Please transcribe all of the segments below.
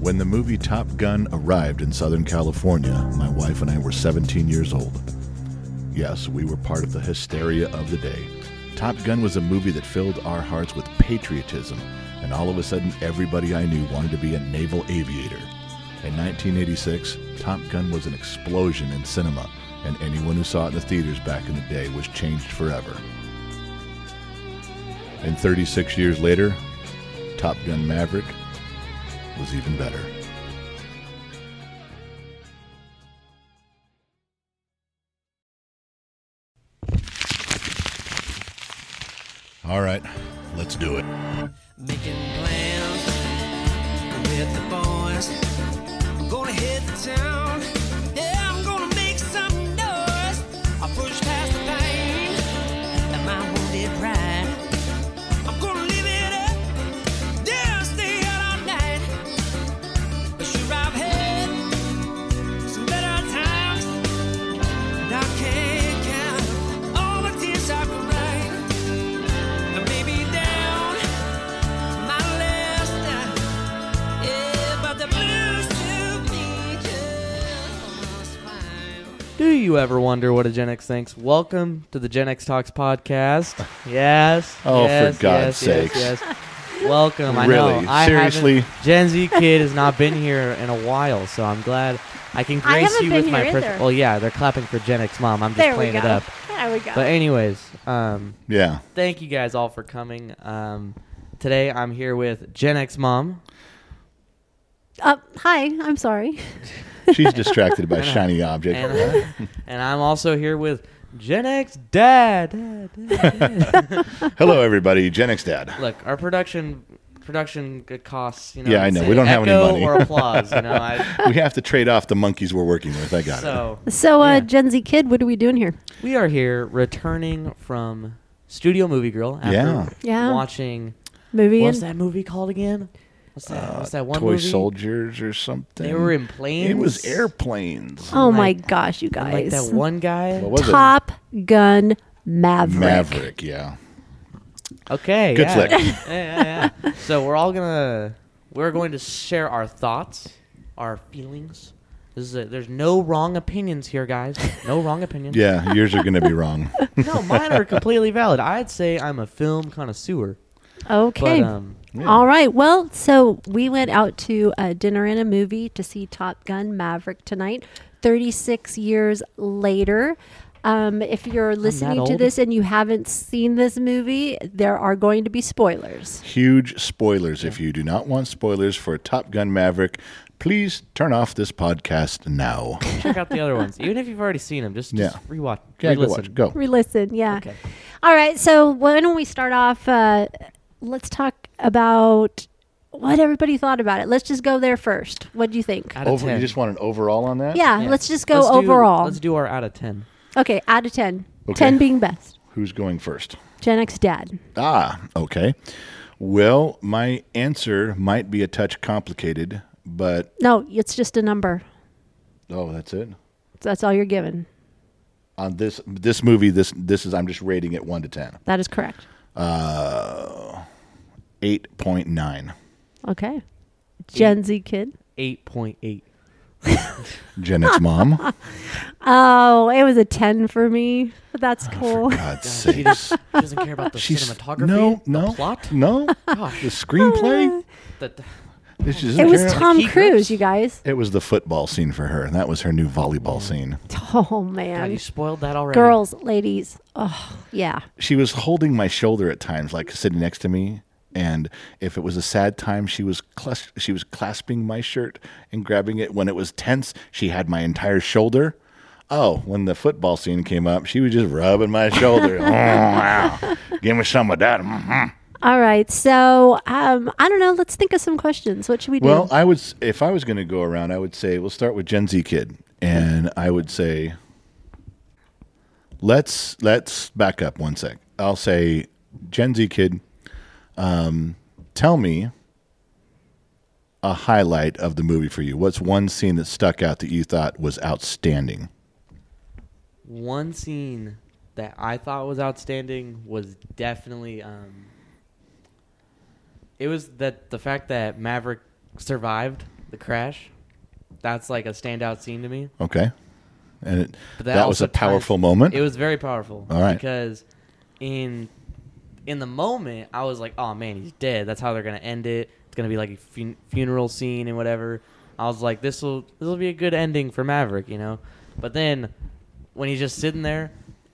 When the movie Top Gun arrived in Southern California, my wife and I were 17 years old. Yes, we were part of the hysteria of the day. Top Gun was a movie that filled our hearts with patriotism, and all of a sudden, everybody I knew wanted to be a naval aviator. In 1986, Top Gun was an explosion in cinema, and anyone who saw it in the theaters back in the day was changed forever. And 36 years later, Top Gun Maverick was even better. All right, let's do it. Making plans with the boys. I'm gonna hit the town. Yeah, I'm gonna make some noise. I'll push past the pain and my wounded pride. I'm gonna live it up. Yeah, stay out all night. But sure, I've had some better times. And I can't count all the tears I've cried. And maybe down. My last night, yeah, but the blues to me just fine. Do you ever wonder what a Gen X thinks? Welcome to the Gen X Talks podcast. Yes. Oh, for yes, God's yes, yes, sakes. Yes, Welcome. I Really? know. I Seriously? haven't- Gen Z kid has not been here in a while, so I'm glad I can I grace haven't you been with my here pers- either. Well, yeah, they're clapping for Gen X mom. I'm just There we playing go. it up. There we go. But anyways, um, Yeah. thank you guys all for coming. Um, today I'm here with Gen X mom. uh, hi, I'm sorry. She's distracted by know. shiny object. And, and I'm also here with Gen X dad. dad, dad. Hello, everybody. Gen X Dad. look, our production production g- costs, you know. Yeah, I know. it's We don't have any echo money. or applause, you know. I, We have to trade off the monkeys we're working with. I got it. so So, uh, Yeah. Gen Z kid, what are we doing here? we are here returning from Studio Movie Girl after Yeah. Yeah. watching Movie what's and that movie called again? What's that? what's that one Uh, Toy movie? soldiers or something. They were in planes. It was airplanes. oh my like- gosh, you And, like guys! that one guy. What was Top Gun it? Maverick. Maverick. Yeah. Okay. Good yeah. flick. yeah, yeah, yeah. So we're all gonna we're going to share our thoughts, our feelings. This is a, there's no wrong opinions here, guys. No wrong opinions. Yeah. Yours are going to be wrong. no, mine are completely valid. I'd say I'm a film connoisseur. Okay. But um, All right. Well, so we went out to a dinner and a movie to see Top Gun Maverick tonight. Thirty-six years later. Um, if you're listening to old? this and you haven't seen this movie, there are going to be spoilers. Huge spoilers. If you do not want spoilers for Top Gun Maverick, please turn off this podcast now. check out the other ones. Even if you've already seen them, just, just Yeah. rewatch. Yeah, go re-listen. watch. Go. Re-listen, yeah. All right, so why don't we start off? Uh, let's talk about what everybody thought about it. Let's just go there first. What do you think? Out of Over, you 10. just want an overall on that? Yeah, Yeah. let's just go Let's do- overall. let's do our out of 10. okay, out of ten. Okay. Ten being best. Who's going first? Gen X dad. Ah, okay. Well, my answer might be a touch complicated, but No, it's just a number. oh, that's it. That's all you're given. On this this movie, this this is I'm just rating it one to ten. That is correct. Eight point nine. Okay. Gen Z kid. 8.8. Gen X mom. Oh, it was a ten for me. But that's cool. God's She, sakes. just, she doesn't care about the She's cinematography. no, the no, plot. Oh, no. The screenplay. The- the- This is It was her- Tom key Cruise, grips? you guys. It was the football scene for her. That was her new volleyball scene. Oh God, you man. spoiled that already. Girls, ladies. Oh yeah. She was holding my shoulder at times, like sitting next to me. And if it was a sad time, she was clus- she was clasping my shirt and grabbing it. When it was tense, she had my entire shoulder. Oh, when the football scene came up, she was just rubbing my shoulder. oh, wow. Give me some of that. Mhm. All right. So um, I don't know. Let's think of some questions. What should we do? Well, I would s- if I was going to go around, I would say we'll start with Gen Z kid, and I would say let's let's back up one sec. I'll say Gen Z kid, um, tell me a highlight of the movie for you. What's one scene that stuck out that you thought was outstanding? One scene that I thought was outstanding was definitely um, it was that the fact that Maverick survived the the crash. That's like a standout scene to me. Okay. And it, But that, was also a powerful ties- moment. It was very powerful. All right. Because in in the moment, I was like, "Oh man, he's dead." That's how they're gonna end it. It's gonna be like a fun- funeral scene and whatever. I was like, "This will this will be a good ending for Maverick," you know. But then when he's just sitting there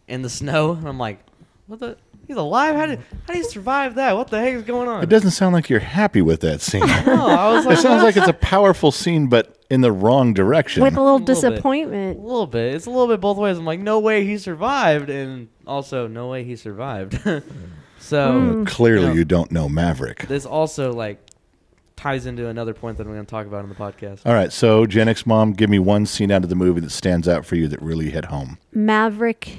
in the snow, and I'm like, "What the? He's alive? How did how did he survive that? What the heck is going on?" It doesn't sound like you're happy with that scene. it No, I was like, sounds like it's a powerful scene, but in the wrong direction. with a little A little bit. disappointment. A little bit. It's a little bit both ways. I'm like, no way he survived, and also no way he survived. so Hmm. Clearly, Yeah. you don't know Maverick. this also like ties into another point that I'm going to talk about in the podcast. All right, so Gen X mom, give me one scene out of the movie that stands out for you that really hit home. Maverick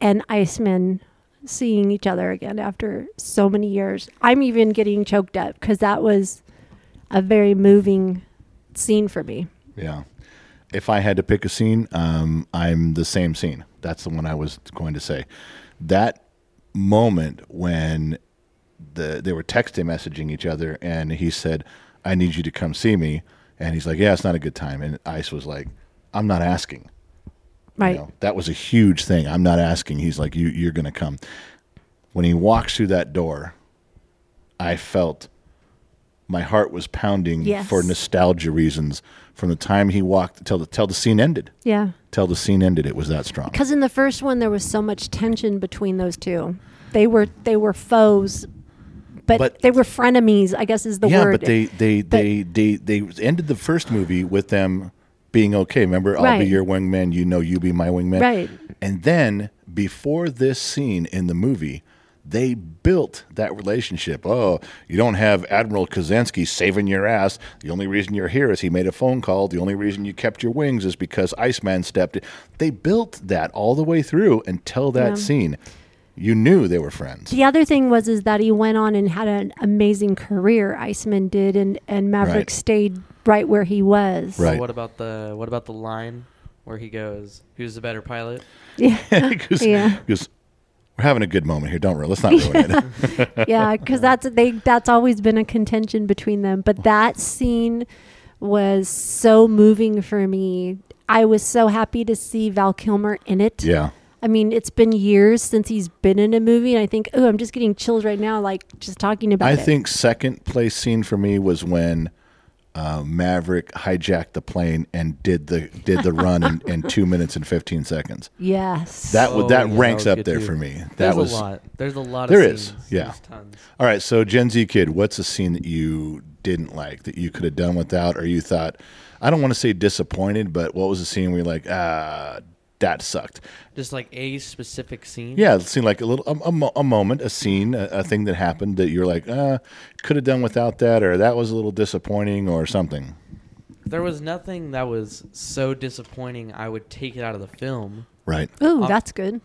and Iceman seeing each other again after so many years. I'm even getting choked up because that was a very moving scene for me. Yeah. If I had to pick a scene, um, I'm the same scene. That's the one I was going to say. That moment when the they were texting messaging each other and he said, I need you to come see me and he's like, Yeah, it's not a good time and Ice was like, I'm not asking. you Right. know, that was a huge thing. I'm not asking. He's like, you, you're going to come. When he walks through that door, I felt my heart was pounding Yes. for nostalgia reasons from the time he walked till the, till the scene ended. Yeah. Till the scene ended, it was that strong. Because in the first one, there was so much tension between those two. They were they were foes, but, But- they were frenemies. I guess is the yeah, word. but they they, they they they ended the first movie with them being okay. Remember, I'll be Right. your wingman. You know, you be my wingman. Right. And then before this scene in the movie, they built that relationship. Oh, you don't have Admiral Kazansky saving your ass. The only reason you're here is he made a phone call. The only reason you kept your wings is because Iceman stepped in. They built that all the way through until that scene. You knew they were friends. The other thing was is that he went on and had an amazing career. Iceman did, and and Maverick Right. stayed right where he was. Right. So what about the what about the line where he goes, "Who's the better pilot?" Yeah. Because Yeah. we're having a good moment here. Don't ruin. Let's not ruin it. yeah, because that's they. That's always been a contention between them. But that scene was so moving for me. I was so happy to see Val Kilmer in it. Yeah. I mean, it's been years since he's been in a movie, and I think, oh, I'm just getting chills right now, like just talking about I it. think second place scene for me was when uh, Maverick hijacked the plane and did the did the run in, in two minutes and fifteen seconds. Yes. That would Oh, that yeah, ranks that was up good there too. for me. That There's was a lot. There's a lot. There of is, scenes. yeah. There's tons. all right. So Gen Z kid, what's a scene that you didn't like that you could have done without, or you thought I don't want to say disappointed, but what was a scene where you're like, ah, that sucked? Just like a specific scene. Yeah, it seemed like a little a, a, mo- a moment, a scene, a, a thing that happened that you're like, uh, could have done without that, or that was a little disappointing, or something. There was nothing that was so disappointing. I would take it out of the film. Right. Ooh, Off- that's good.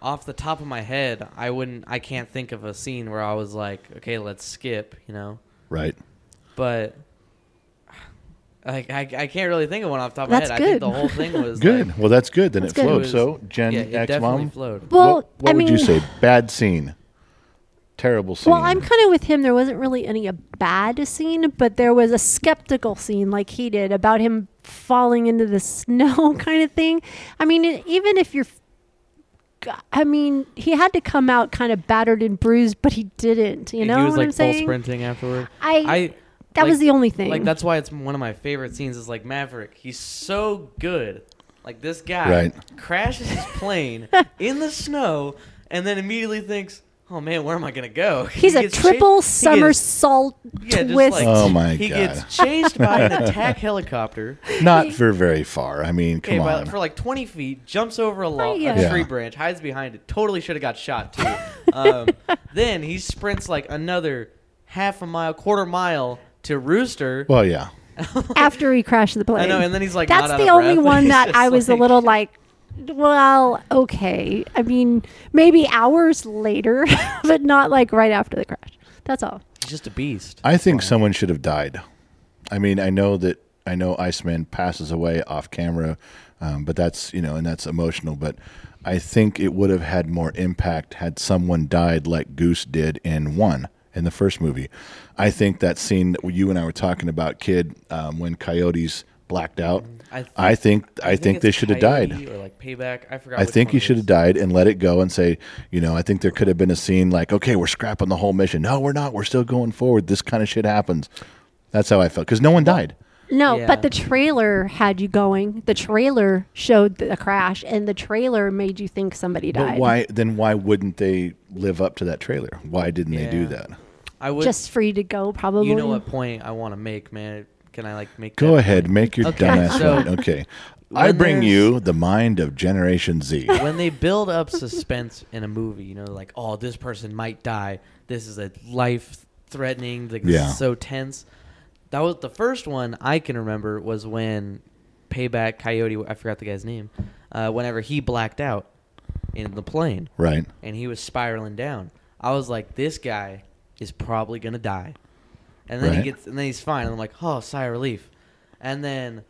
Off the top of my head, I wouldn't. I can't think of a scene where I was like, "Okay, let's skip." You know. Right. but like I, I can't really think of one off the top of my That's head. I think good. the whole thing was Good. Like, well, that's good. Then That's it good. flowed. It was- so Gen yeah, it X definitely mom. flowed. Well, what what I would you mean- say? Bad scene. Terrible scene. Well, I'm kind of with him. There wasn't really any a bad scene, but there was a skeptical scene, like he did about him falling into the snow, kind of thing. I mean, e- even if you're, I mean, he had to come out kind of battered and bruised, but he didn't. You know he was what like I'm full saying? sprinting afterward. I- that like- was the only thing. Like that's why it's one of my favorite scenes. Is like Maverick. He's so good. Like this guy Right. crashes his plane in the snow, and then immediately thinks, "Oh man, where am I gonna go?" He He's a gets triple chased- he gets- somersault yeah, just twist. like- Oh my he God. gets chased by an attack helicopter. Not for very far. I mean, come Okay, on. but for like 20 feet, jumps over a, lo- yeah. Yeah. a tree branch, hides behind it. Totally should have got shot too. um, then he sprints like another half a mile, quarter mile to Rooster. well, yeah. after he crashed the plane. I know, and then he's, like, that's not out the of only breath. one He's that just I was a like- little like, well, okay. I mean, maybe hours later, but not like right after the crash. That's all. He's just a beast. I think someone should have died. I mean, I know that I know Iceman passes away off camera, um, but that's you know, and that's emotional. But I think it would have had more impact had someone died like Goose did in one in the first movie. I think that scene that you and I were talking about, kid, um, when coyotes blacked out. I I, th- think I, think, it's they should have died. Coyote Or like payback. I forgot. I which think one he it should is. have died and let it go and say, you know, I think there could have been a scene like, okay, we're scrapping the whole mission. No, we're not. We're still going forward. This kind of shit happens. That's how I felt because no one died. No, Yeah. but the trailer had you going. The trailer showed the crash, and the trailer made you think somebody died. But why? Then why wouldn't they live up to that trailer? Why didn't they do Yeah. that? I would. Just free to go, probably. you know what point I want to make, man? Can I like make? Go that ahead, point? make your Okay, dumbass so- point. Okay, I When bring there's- you the mind of Generation Z. when they build up suspense in a movie, you know, like, oh, this person might die. This is a life threatening. Like, this Yeah. is so tense. That was the first one I can remember was when Payback Coyote, I forgot the guy's name, uh, whenever he blacked out in the plane right. and he was spiraling down. I was like, this guy is probably gonna die, and then he Right. gets, and then he's fine. And I'm like, oh, sigh of relief. And then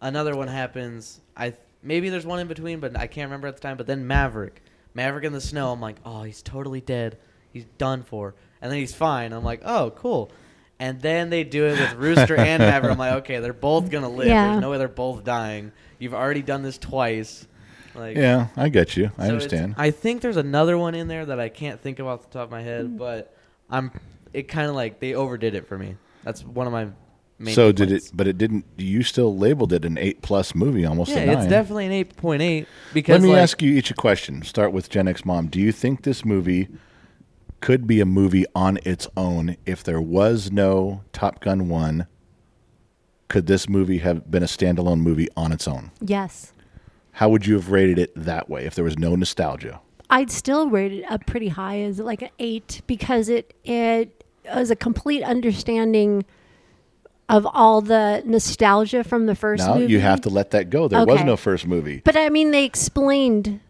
another one happens. I maybe there's one in between, but I can't remember at the time. But then Maverick, Maverick in the snow. I'm like, oh, he's totally dead. He's done for. And then he's fine. I'm like, oh, cool. And then they do it with Rooster and Maverick. I'm like, okay, they're both gonna live. Yeah. There's no way they're both dying. You've already done this twice. Like, Yeah, I get you. I so it's- understand. I think there's another one in there that I can't think of off the top of my head, but I'm. It kind of like they overdid it for me. That's one of my. main so did complaints. it? But it didn't. You still labeled it an eight plus movie, almost a Yeah, nine. it's definitely an eight point eight because. Let me like, ask you each a question. Start with Gen X Mom. Do you think this movie could be a movie on its own if there was no Top Gun 1? Could this movie have been a standalone movie on its own? Yes, How would you have rated it that way if there was no nostalgia? I'd still rate it up pretty high, as like an eight, because it it was a complete understanding of all the nostalgia from the first Now movie. you have to let that go. There was Okay. no first movie. But I mean, they explained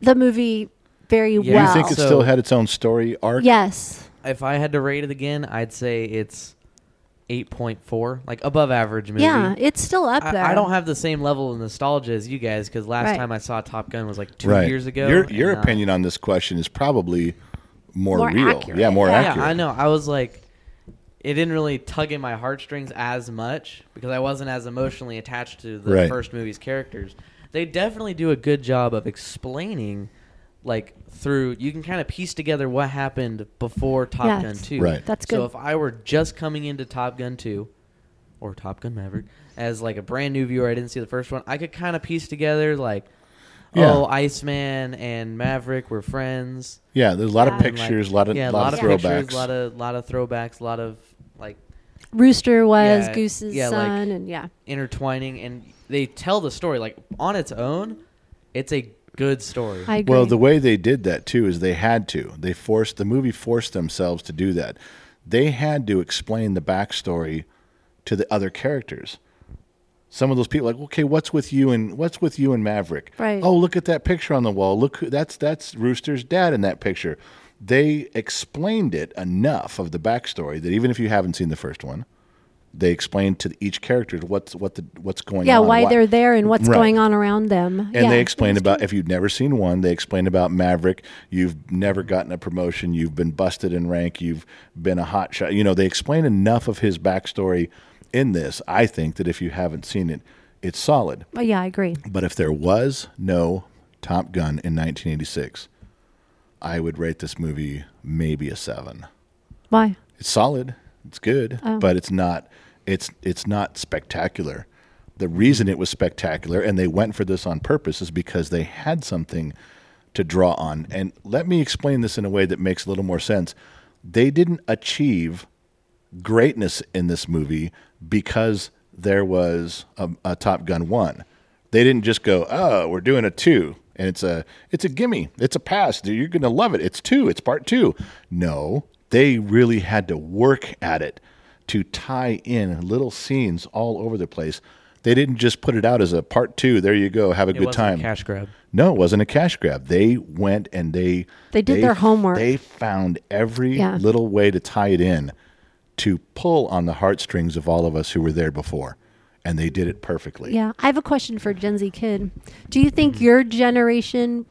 the movie very Yeah. Do well. you think it So- still had its own story arc? yes. if I had to rate it again, I'd say it's eight point four, like above average movie. Yeah, it's still up there. I, I don't have the same level of nostalgia as you guys because last Right. time I saw Top Gun was like two years ago. Your, your and, uh, opinion on this question is probably more, More real. accurate. Yeah, more Yeah. accurate. Yeah, I know. I was like, it didn't really tug in my heartstrings as much because I wasn't as emotionally attached to the Right. first movie's characters. They definitely do a good job of explaining, like through you can kind of piece together what happened before Top Yes. Gun Two. Right. That's So good. if I were just coming into Top Gun Two, or Top Gun Maverick, as like a brand new viewer, I didn't see the first one. I could kind of piece together like. Yeah. Oh, Iceman and Maverick were friends Yeah, there's a lot Yeah. of And, and, like- pictures, a lot of, yeah, lot of throwbacks. pictures, a lot of lot of throwbacks, a lot of like Rooster was Yeah, Goose's yeah, like- son, and yeah. intertwining, and they tell the story like on its own. It's a good story. I agree. Well, the way they did that too is they had to. They forced the movie forced themselves to do that. They had to explain the backstory to the other characters. Some of those people like, okay, what's with you and what's with you and Maverick? Right. Oh, look at that picture on the wall. Look, who, that's that's Rooster's dad in that picture. They explained it enough of the backstory that even if you haven't seen the first one, they explained to each character what's what the what's going yeah, on. why, they're there and what's Right. going on around them. And yeah. they explained about if you've never seen one, they explained about Maverick. You've never gotten a promotion. You've been busted in rank. You've been a hot shot. You know, they explain enough of his backstory in this. I think that if you haven't seen it, it's solid. Well, yeah, I agree. But if there was no Top Gun in 1986, I would rate this movie maybe a seven. Why? It's solid. It's good, but it's not. It's it's not spectacular. The reason it was spectacular, and they went for this on purpose, is because they had something to draw on. And let me explain this in a way that makes a little more sense. They didn't achieve greatness in this movie because there was a, a Top Gun one. They didn't just go, oh, we're doing a two, and it's a it's a gimme, it's a pass. dude, You're gonna love it. It's two. It's part two. No, they really had to work at it to tie in little scenes all over the place. They didn't just put it out as a part two. There you go. Have a it good wasn't time. A cash grab. No, it wasn't a cash grab. They went and they They did their homework. They found every Yeah. little way to tie it in to pull on the heartstrings of all of us who were there before, and they did it perfectly. Yeah, I have a question for Gen Z kid. Do you think Mm-hmm. your generation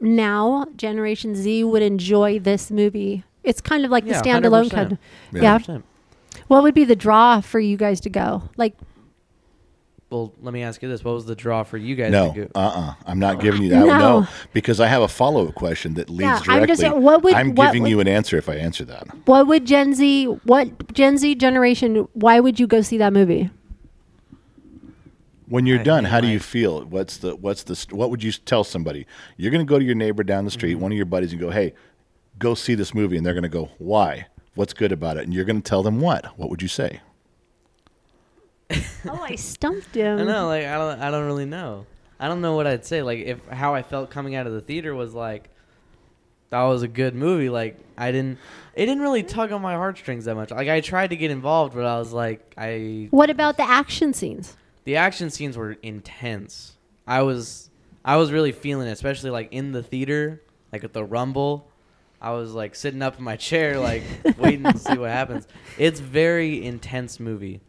now, Generation Z, would enjoy this movie? it's kind of like Yeah, the standalone 100%. kind. of- Yeah. yeah. 100%. What would be the draw for you guys to go? Like Well, let me ask you this: What was the draw for you guys? No, to go? uh, uh-uh. uh, i am not giving you that. No. No. because I have a follow up question that leads Yeah, directly. I'm just- what would- I'm what giving would- you an answer if I answer that. what would Gen Z what Gen Z generation why would you go see that movie? When you're I done, mean, how do like- you feel? What's the what's the st- what would you s- tell somebody? You're going to go to your neighbor down the Mm-hmm. street, one of your buddies, and go, "Hey, go see this movie," and they're going to go, "Why? What's good about it?" And you're going to tell them what? What would you say? Oh, I stumped him. I know, like I don't, I don't really know. I don't know what I'd say. Like if how I felt coming out of the theater was like, that was a good movie. Like I didn't, it didn't really tug on my heartstrings that much. Like I tried to get involved, but I was like, I What about the action scenes? the action scenes were intense. I was, I was really feeling it, especially like in the theater, like at the rumble. I was like sitting up in my chair, like waiting to see what happens. It's very intense movie.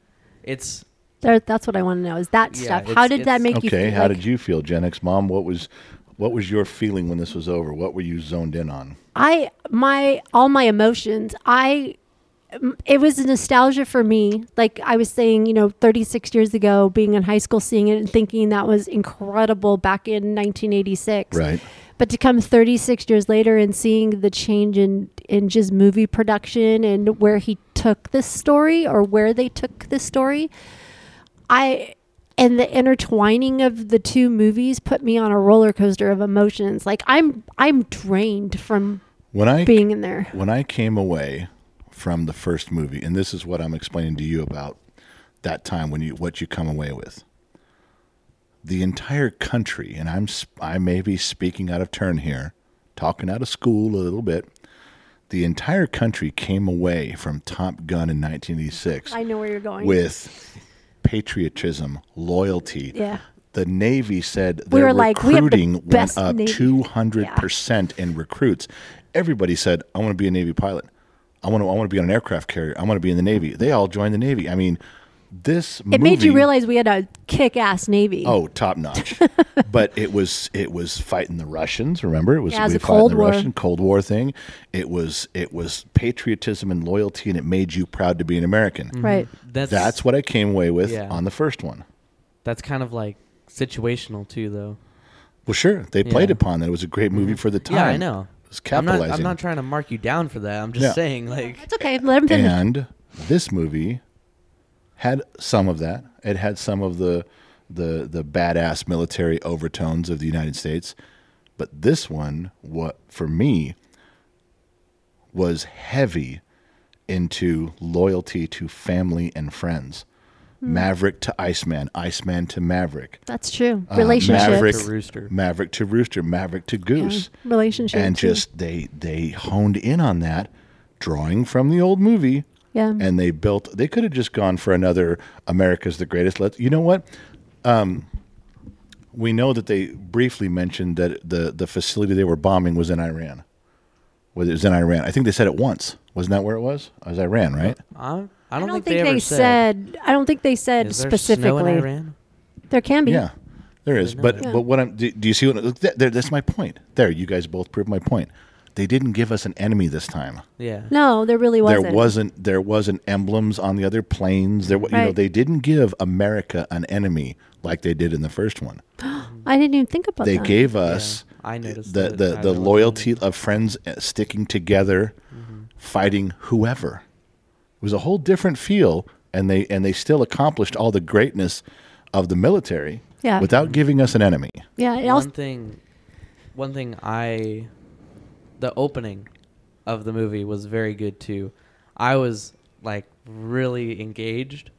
It's There, that's what I want to know. Is that Yeah, stuff? it's- How did it's- that make you? Okay, feel how like- did you feel, Gen X mom? What was what was your feeling when this was over? What were you zoned in on? I my all my emotions. I m- it was nostalgia for me. Like I was saying, you know, 36 years ago, being in high school, seeing it and thinking that was incredible back in 1986. Right. But to come 36 years later and seeing the change in in just movie production and where he took this story or where they took this story, I and the intertwining of the two movies put me on a roller coaster of emotions. Like I'm I'm drained from When I being in there. when I came away from the first movie, and this is what I'm explaining to you about that time when you what you come away with. The entire country, and I'm sp- I may be speaking out of turn here, talking out of school a little bit. The entire country came away from Top Gun in 1986 I know where you're going. with patriotism, loyalty. Yeah. The Navy said We their were like, we have the recruiting went best up Navy. two hundred percent in recruits. Everybody said, "I want to be a Navy pilot. I want to. I want to be on an aircraft carrier. I want to be in the Navy." They all joined the Navy. I mean, this it made movie- you realize we had a kick-ass navy. Oh, top notch. but it was it was fighting the Russians. Remember, it was Yeah, it was we a fought in Cold the War. Russian Cold War thing. It was it was patriotism and loyalty, and it made you proud to be an American. Right. mm-hmm. that's That's what I came away with Yeah. on the first one. that's kind of like situational too, though. Well, sure, they played Yeah. Mm-hmm. upon that. It was a great movie for the time. Yeah, I know. It was I'm not, capitalizing. I'm not trying to mark you down for that. I'm just Yeah. saying, like, It's okay. Let him finish. and this movie had some of that. It had some of the the the badass military overtones of the United States, but this one, what for me, was heavy into loyalty to family and friends. Hmm. Maverick to Iceman, Iceman to Maverick. That's true. uh, Relationships. Maverick To Rooster. Maverick to Rooster, Maverick to Goose. Relationships. and just they they honed in on that, drawing from the old movie. Yeah. And they built. They could have just gone for another America's the Greatest. Let you know what. Um, we know that they briefly mentioned that the the facility they were bombing was in Iran. Whether it was in Iran, I think they said it once. Wasn't that where it was? It was Iran, right? I, I, don't I don't think, think, they, ever they said, said, I don't think they said Is there specifically. Snow in Iran? There can be. Yeah, there is. know But that. but what I'm do, do you see what look, that, there, that's my point. There, you guys both proved my point. They didn't give us an enemy this time. Yeah. No, there really wasn't. There wasn't there wasn't emblems on the other planes. There wa- you know Right. they didn't give America an enemy like they did in the first one. I didn't even think about They that. gave us I noticed the that. the, I the really Mm-hmm. loyalty of friends uh, sticking together, fighting whoever. It was a whole different feel, and they and they still accomplished all the greatness of the military Yeah. without Mm-hmm. giving us an enemy. yeah, it one also, thing one thing i the opening of the movie was very good too i was like really engaged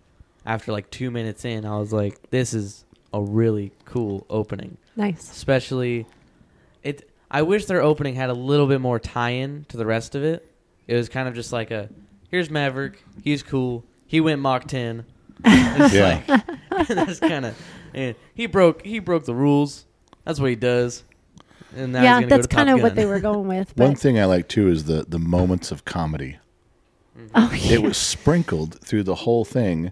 after like two minutes in i was like this is a really cool opening nice. especially it i wish their opening had a little bit more tie-in to the rest of it it was kind of just like a here's maverick he's cool he went mach 10 It's Yeah. like- and that's kind of he broke he broke the rules that's what he does and now he's yeah, gonna go that's to Top kind of what Gun. they were going with. One but- thing I like too is the the moments of comedy. Oh, yeah. It was sprinkled through the whole thing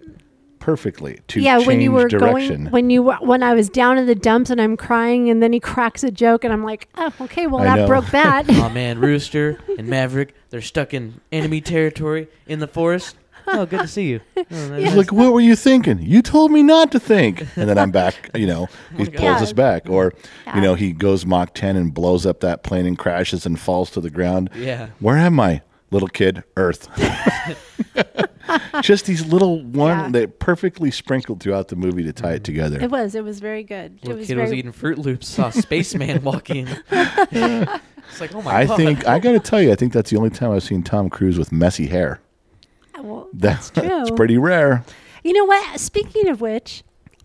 perfectly to yeah, change when you were direction. going, when you were- when I was down in the dumps and I'm crying, and then he cracks a joke, and I'm like, oh, okay, well I that know. broke that. Oh man, Rooster and Maverick, they're stuck in enemy territory in the forest. Oh, good to see you. Oh, nice. He's like, "What were you thinking? You told me not to think." And then I'm back. You know, he pulls Oh God. us back, or you Yeah. know, he goes Mach 10 and blows up that plane and crashes and falls to the ground. Yeah. Where am I, little kid? Earth. Just these little one Yeah. Mm-hmm. that perfectly sprinkled throughout the movie to tie it together. it was, it was very good. It Little was kid very was eating Fruit Loops, saw a spaceman walk in. it's like, oh my I god. think I got to tell you, I think that's the only time I've seen Tom Cruise with messy hair. well, That's it's true. pretty rare. You know what? Speaking of which,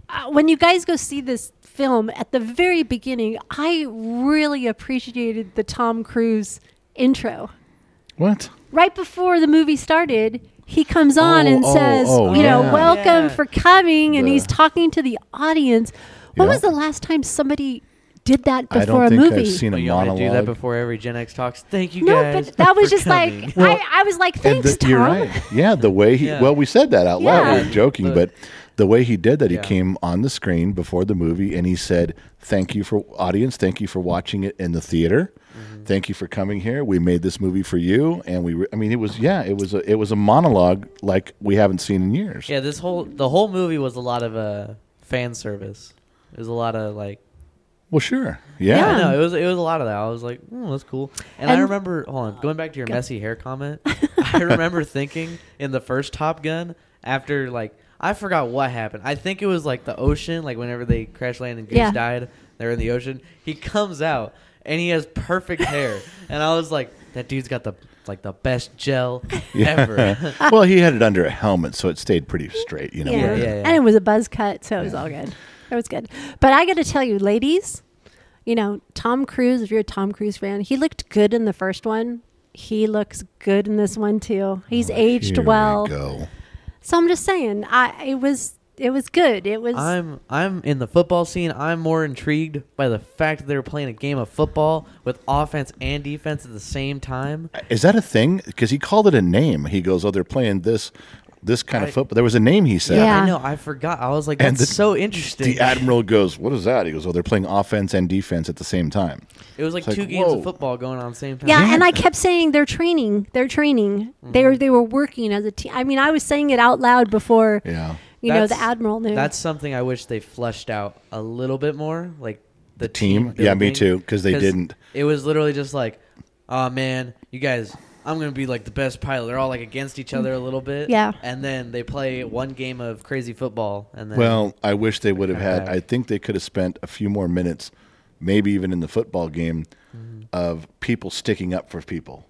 uh, when you guys go see this film at the very beginning, I really appreciated the Tom Cruise intro. What? Right before the movie started, he comes on Oh, and oh, says, oh, you know, yeah. welcome Yeah. for coming. And The- he's talking to the audience. When Yeah. was the last time somebody did that I don't before a think movie? I've seen a But Oh, you want monologue. to do that before every Gen X talks? Thank you no, guys. but that was for just coming. like, I, I was like, And thanks, the- Tom. You're right. Yeah, the way he Yeah. well, we said that out loud. We Yeah. were joking, But- but the way he did that, he Yeah. came on the screen before the movie and he said, "Thank you for audience. Thank you for watching it in the theater. Mm-hmm. Thank you for coming here. We made this movie for you." And we, re- I mean, it was yeah, it was a it was a monologue like we haven't seen in years. Yeah, this whole the whole movie was a lot of uh, fan service. It was a lot of like Well, sure. I Yeah. don't know it was it was a lot of that. I was like, mm, that's cool. And, I And- remember, hold on, going back to your messy hair comment. I remember thinking in the first Top Gun after like I forgot what happened. I think it was like the ocean, like whenever they crash land and Goose Yeah. died, they're in the ocean. He comes out and he has perfect hair, and I was like, that dude's got the like the best gel ever. well, he had it under a helmet, so it stayed pretty straight. You know. Yeah. where- yeah, yeah. And it was a buzz cut, so it was all good. It was good. But I got to tell you, ladies, you know, Tom Cruise, if you're a Tom Cruise fan, he looked good in the first one. He looks good in this one too. He's aged Oh, Here we well. go. so I'm just saying, I it was it was good. It was I'm I'm in the football scene. I'm more intrigued by the fact that they were playing a game of football with offense and defense at the same time. Is that a thing? Because he called it a name. He goes, "Oh, they're playing this." This kind of football. There was a name he said. Yeah. I know. I forgot. I was like, And that's the- so interesting. The admiral goes, "What is that?" He goes, "Oh, they're playing offense and defense at the same time." it was like it's two like, games whoa. of football going on at the same time. yeah, and I kept saying they're training, they're training. They Mm-hmm. were they were working as a team. I mean, I was saying it out loud before Yeah, you know the That's- admiral knew. That's something I wish they fleshed out a little bit more, like the team? team. Yeah, me building. too, 'cause they didn't. It was literally just like, oh man, you guys, I'm gonna be like the best pilot. They're all like against each other a little bit. Yeah. and then they play one game of crazy football, and then Well, I wish they would have kinda had. back. I think they could have spent a few more minutes, maybe even in the football game, Mm-hmm. of people sticking up for people.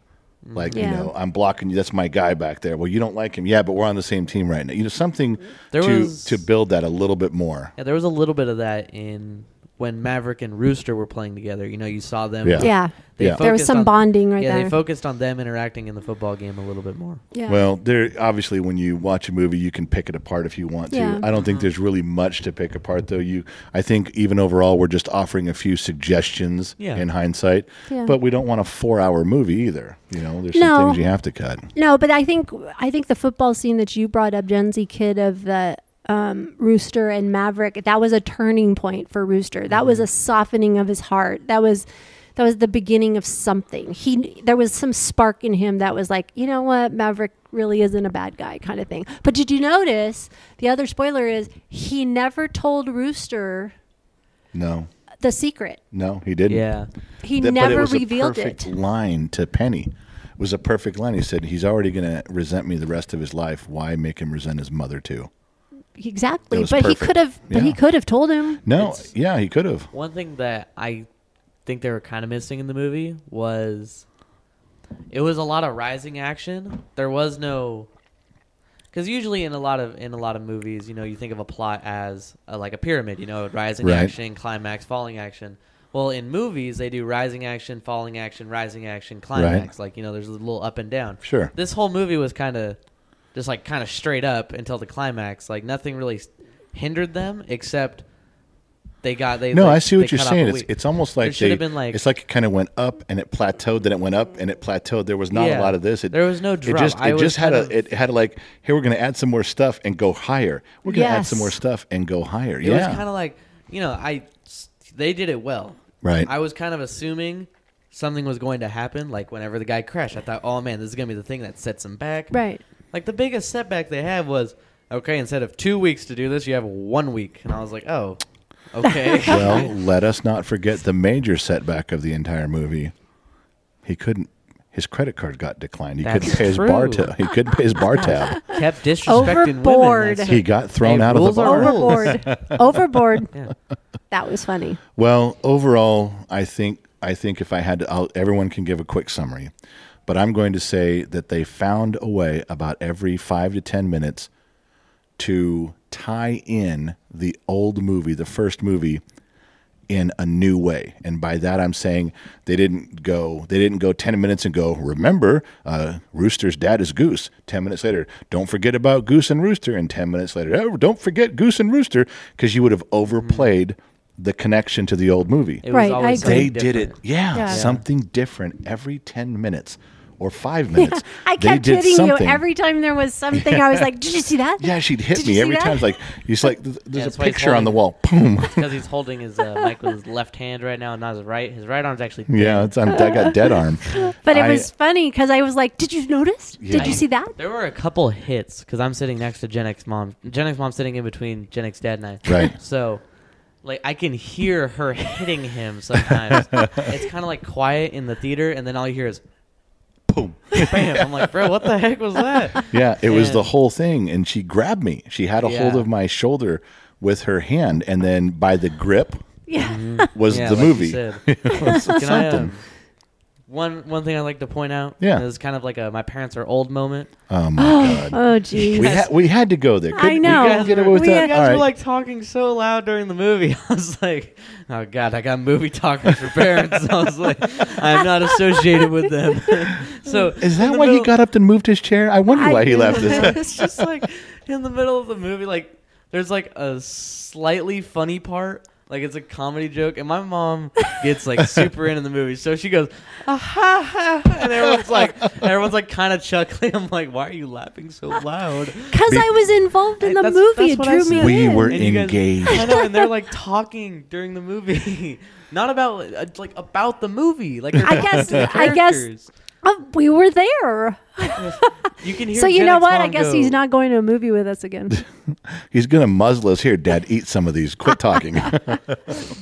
Like Yeah. you know, I'm blocking you. That's my guy back there. Well, you don't like him, yeah, but we're on the same team right now. You know, something There to was- to build that a little bit more. Yeah, there was a little bit of that in when Maverick and Rooster were playing together. You know, you saw them. Yeah. yeah. They Yeah. There was focused some on- bonding right yeah, there. they focused on them interacting in the football game a little bit more. yeah. Well, there obviously when you watch a movie, you can pick it apart if you want to. Yeah. I don't Uh-huh. think there's really much to pick apart though. You, I think even overall, we're just offering a few suggestions Yeah. in hindsight, Yeah. but we don't want a four-hour movie either. You know, there's No. some things you have to cut. No, but I think I think the football scene that you brought up, Gen Z kid of the um, Rooster and Maverick, that was a turning point for Rooster. That Mm-hmm. was a softening of his heart. That was that was the beginning of something. He there was some spark in him that was like, you know what, Maverick really isn't a bad guy kind of thing. But did you notice the other spoiler is he never told Rooster No, the secret. no, he didn't. Yeah. He That- but never it was a revealed perfect it. line to Penny. It was a perfect line. He said, "He's already going to resent me the rest of his life. Why make him resent his mother too?" It Exactly. was But perfect. he could have but he Yeah. could have told him. No, It's- yeah, he could have. One thing that I think they were kind of missing in the movie was it was a lot of rising action. There was no because usually in a lot of in a lot of movies, you know, you think of a plot as uh like a pyramid. You know, rising Right. action, climax, falling action. Well, in movies, they do rising action, falling action, rising action, climax. Like you know, there's a little up and down. Sure. This whole movie was kind of just like kind of straight up until the climax. Like nothing really s- hindered them except they got they. No, like, I see they what you're cut off a saying. It's week. it's almost like There should they, have been, like- it's like it kind of went up and it plateaued, then it went up and it plateaued. There was not a Yeah. lot of this. It, There was no It drop. just I it was just had kind a of- it had like here we're going to add some more stuff and go higher. We're going to add some Yes. more stuff and go higher. It was yeah, kind of like you know I they did it well. Right. I was kind of assuming something was going to happen. Like whenever the guy crashed, I thought, oh man, this is gonna be the thing that sets him back. Right. Like the biggest setback they had was okay. Instead of two weeks to do this, you have one week, and I was like, oh, okay. well, let us not forget the major setback of the entire movie. He couldn't. His credit card got declined. He That's couldn't pay his bar. true. Ta- he couldn't pay his bar tab. Kept disrespecting women. Overboard. That's- He got thrown Hey, out of the rules bar. are rules. Overboard. Overboard. Yeah. That was funny. Well, overall, I think I think if I had to, I'll, everyone can give a quick summary, but I'm going to say that they found a way about every five to ten minutes to tie in the old movie, the first movie, in a new way. And by that, I'm saying they didn't go they didn't go ten minutes and go. Remember, uh, Rooster's dad is Goose. Ten minutes later, don't forget about Goose and Rooster. And ten minutes later, oh, don't forget Goose and Rooster, because you would have overplayed the connection to the old movie. It was Right, I always they agree. something did it, different. yeah, Yeah. something different every ten minutes or five minutes. I They kept did hitting something. you every time there was something. I was like, "Did you see that?" Yeah, she'd hit Did you me see every that? time. It's like it's like th- there's that's a why he's picture on holding the it. wall. Boom. because he's holding his uh, mic with his left hand right now, not his right. His right arm's actually. dead. yeah, it's, I'm, I got dead arm. But it I- was funny because I was like, "Did you notice? Yeah. Did you see that?" There were a couple hits because I'm sitting next to Gen X mom. Gen X mom sitting in between Gen X dad and I. Right. So, like, I can hear her hitting him sometimes. it's kind of like quiet in the theater, and then all you hear is boom. bam. I'm like, bro, what the heck was that? Yeah, it was And- the whole thing, and she grabbed me. She had a hold Yeah. of my shoulder with her hand, and then by the grip Yeah. was Yeah, the like you movie. said. It was Can I, um, something. one one thing I'd like to point out. Yeah. Is kind of like a my parents are old moment. oh my god, Oh, geez. we had we had to go there. Couldn't- know. We You couldn't guys get away were- with we- that. you guys All were right. like talking so loud during the movie. I was like, oh god, I got movie talking for parents. I was like, I'm not associated with them. so Is that why he got up and moved his chair? I wonder I why he do left. His, that. it's just like in the middle of the movie, like there's like a slightly funny part. Like it's a comedy joke, and my mom gets like super into the movie, so she goes, ah, ha, ha, and everyone's like, everyone's like kind of chuckling. I'm like, why are you laughing so loud? Because I was involved in the That's- movie, that's it what I drew me said. we in. were And you guys- engaged. I know, and they're like talking during the movie, not about uh, like about the movie. Like they're I talking guess- to the I guess- characters. Oh, we were there. you can hear. so you Gen know X what? I mom guess go, he's not going to a movie with us again. He's gonna muzzle us here, Dad. Eat some of these. Quit talking.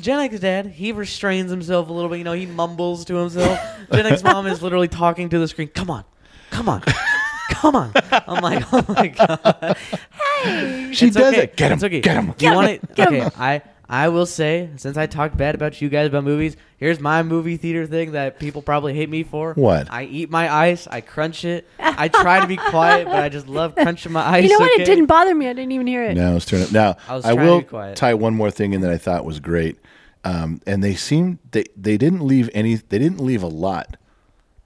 Gen X dad, he restrains himself a little bit. You know, he mumbles to himself. Gen X mom is literally talking to the screen. Come on, come on, come on. I'm like, oh my god. she It's does okay. it. Get him. It's okay. Get him. You want him. it? Get Okay. him. I I will say, since I talked bad about you guys about movies, here's my movie theater thing that people probably hate me for. What? I eat my ice. I crunch it. I try to be quiet, but I just love crunching my ice. you know what? okay? It didn't bother me. I didn't even hear it. No, it's turning up. Now I was I, trying to will be quiet. tie one more thing in that I thought was great, um, and they seemed they they didn't leave any they didn't leave a lot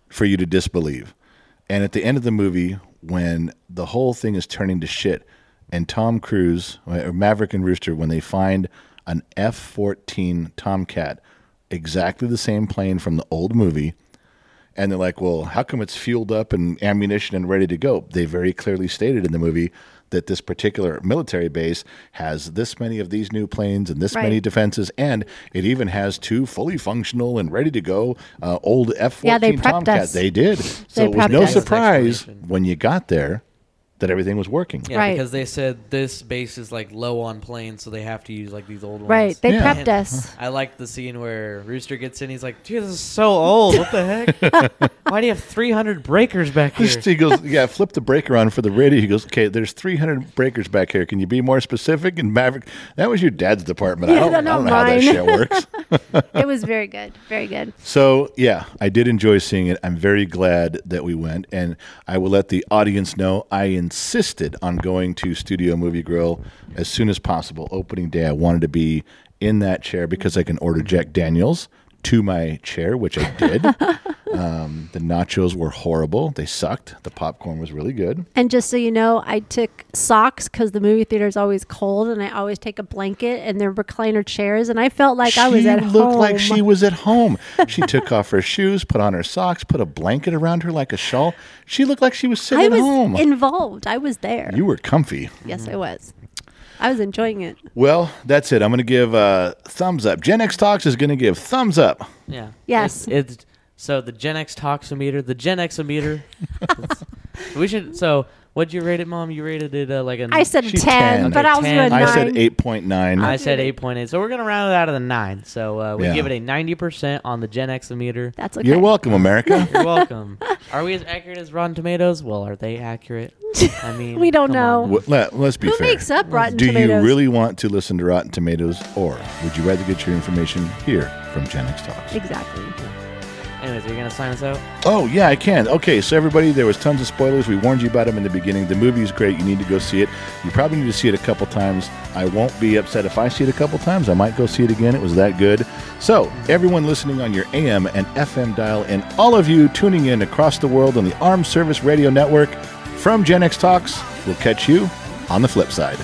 for you to disbelieve, and at the end of the movie when the whole thing is turning to shit, and Tom Cruise uh, or Maverick and Rooster when they find an F fourteen Tomcat, exactly the same plane from the old movie. And they're like, well, how come it's fueled up and ammunition and ready to go? They very clearly stated in the movie that this particular military base has this many of these new planes and this Right. many defenses, and it even has two fully functional and ready to go uh, old F 14 Yeah, they prepped Tomcat. us. They did. So it was prepped no us. surprise Explanation. when you got there that everything was working. Yeah, Right. because they said this base is like low on planes, so they have to use like these old ones. Right. They Yeah. prepped us. I like the scene where Rooster gets in. He's like, "Dude, this is so old. What the heck? Why do you have 300 breakers back here?" He goes, yeah, flip the breaker on for the radio. He goes, okay, there's 300 breakers back here. Can you be more specific? And Maverick, that was your dad's department. Yeah, I don't, I not don't know how that mine. shit works. It was very good. Very good. So yeah, I did enjoy seeing it. I'm very glad that we went, and I will let the audience know I insisted on going to Studio Movie Grill as soon as possible. Opening day, I wanted to be in that chair because I can order Jack Daniels to my chair, which I did. um, the nachos were horrible; they sucked. The popcorn was really good. And just so you know, I took socks because the movie theater is always cold, and I always take a blanket and they're recliner chairs, and I felt like I was she at looked home. like she was at home. She took off her shoes, put on her socks, put a blanket around her like a shawl. She looked like she was sitting I at was home. involved. I was there. you were comfy. yes, I was. I was enjoying it. Well, that's it. I'm going to give uh, thumbs up. Gen X Talks is going to give thumbs up. Yeah. Yes. It's, it's so the Gen X toximeter, the Gen Xometer. It's- we should. So what'd you rate it, Mom? You rated it uh, like a. I said She 10, ten. but I was I doing I nine. said 8.9. I said eight point eight. So we're gonna round it out of the nine. So uh, we Yeah. give it a ninety percent on the Gen Xometer. That's okay. You're welcome, America. You're welcome. Are we as accurate as Rotten Tomatoes? Well, are they accurate? I mean, We don't come know. on. W- Let, us be Who fair. makes up Rotten Do Tomatoes? you really want to listen to Rotten Tomatoes, or would you rather get your information here from Gen X Talks? Exactly. Anyways, are you gonna sign us out? Oh yeah, I can. Okay, so everybody, there was tons of spoilers. We warned you about them in the beginning. The movie is great. You need to go see it. You probably need to see it a couple times. I won't be upset if I see it a couple times. I might go see it again. It was that good. So everyone listening on your AM and FM dial, and all of you tuning in across the world on the Armed Service Radio Network from Gen X Talks, we'll catch you on the flip side.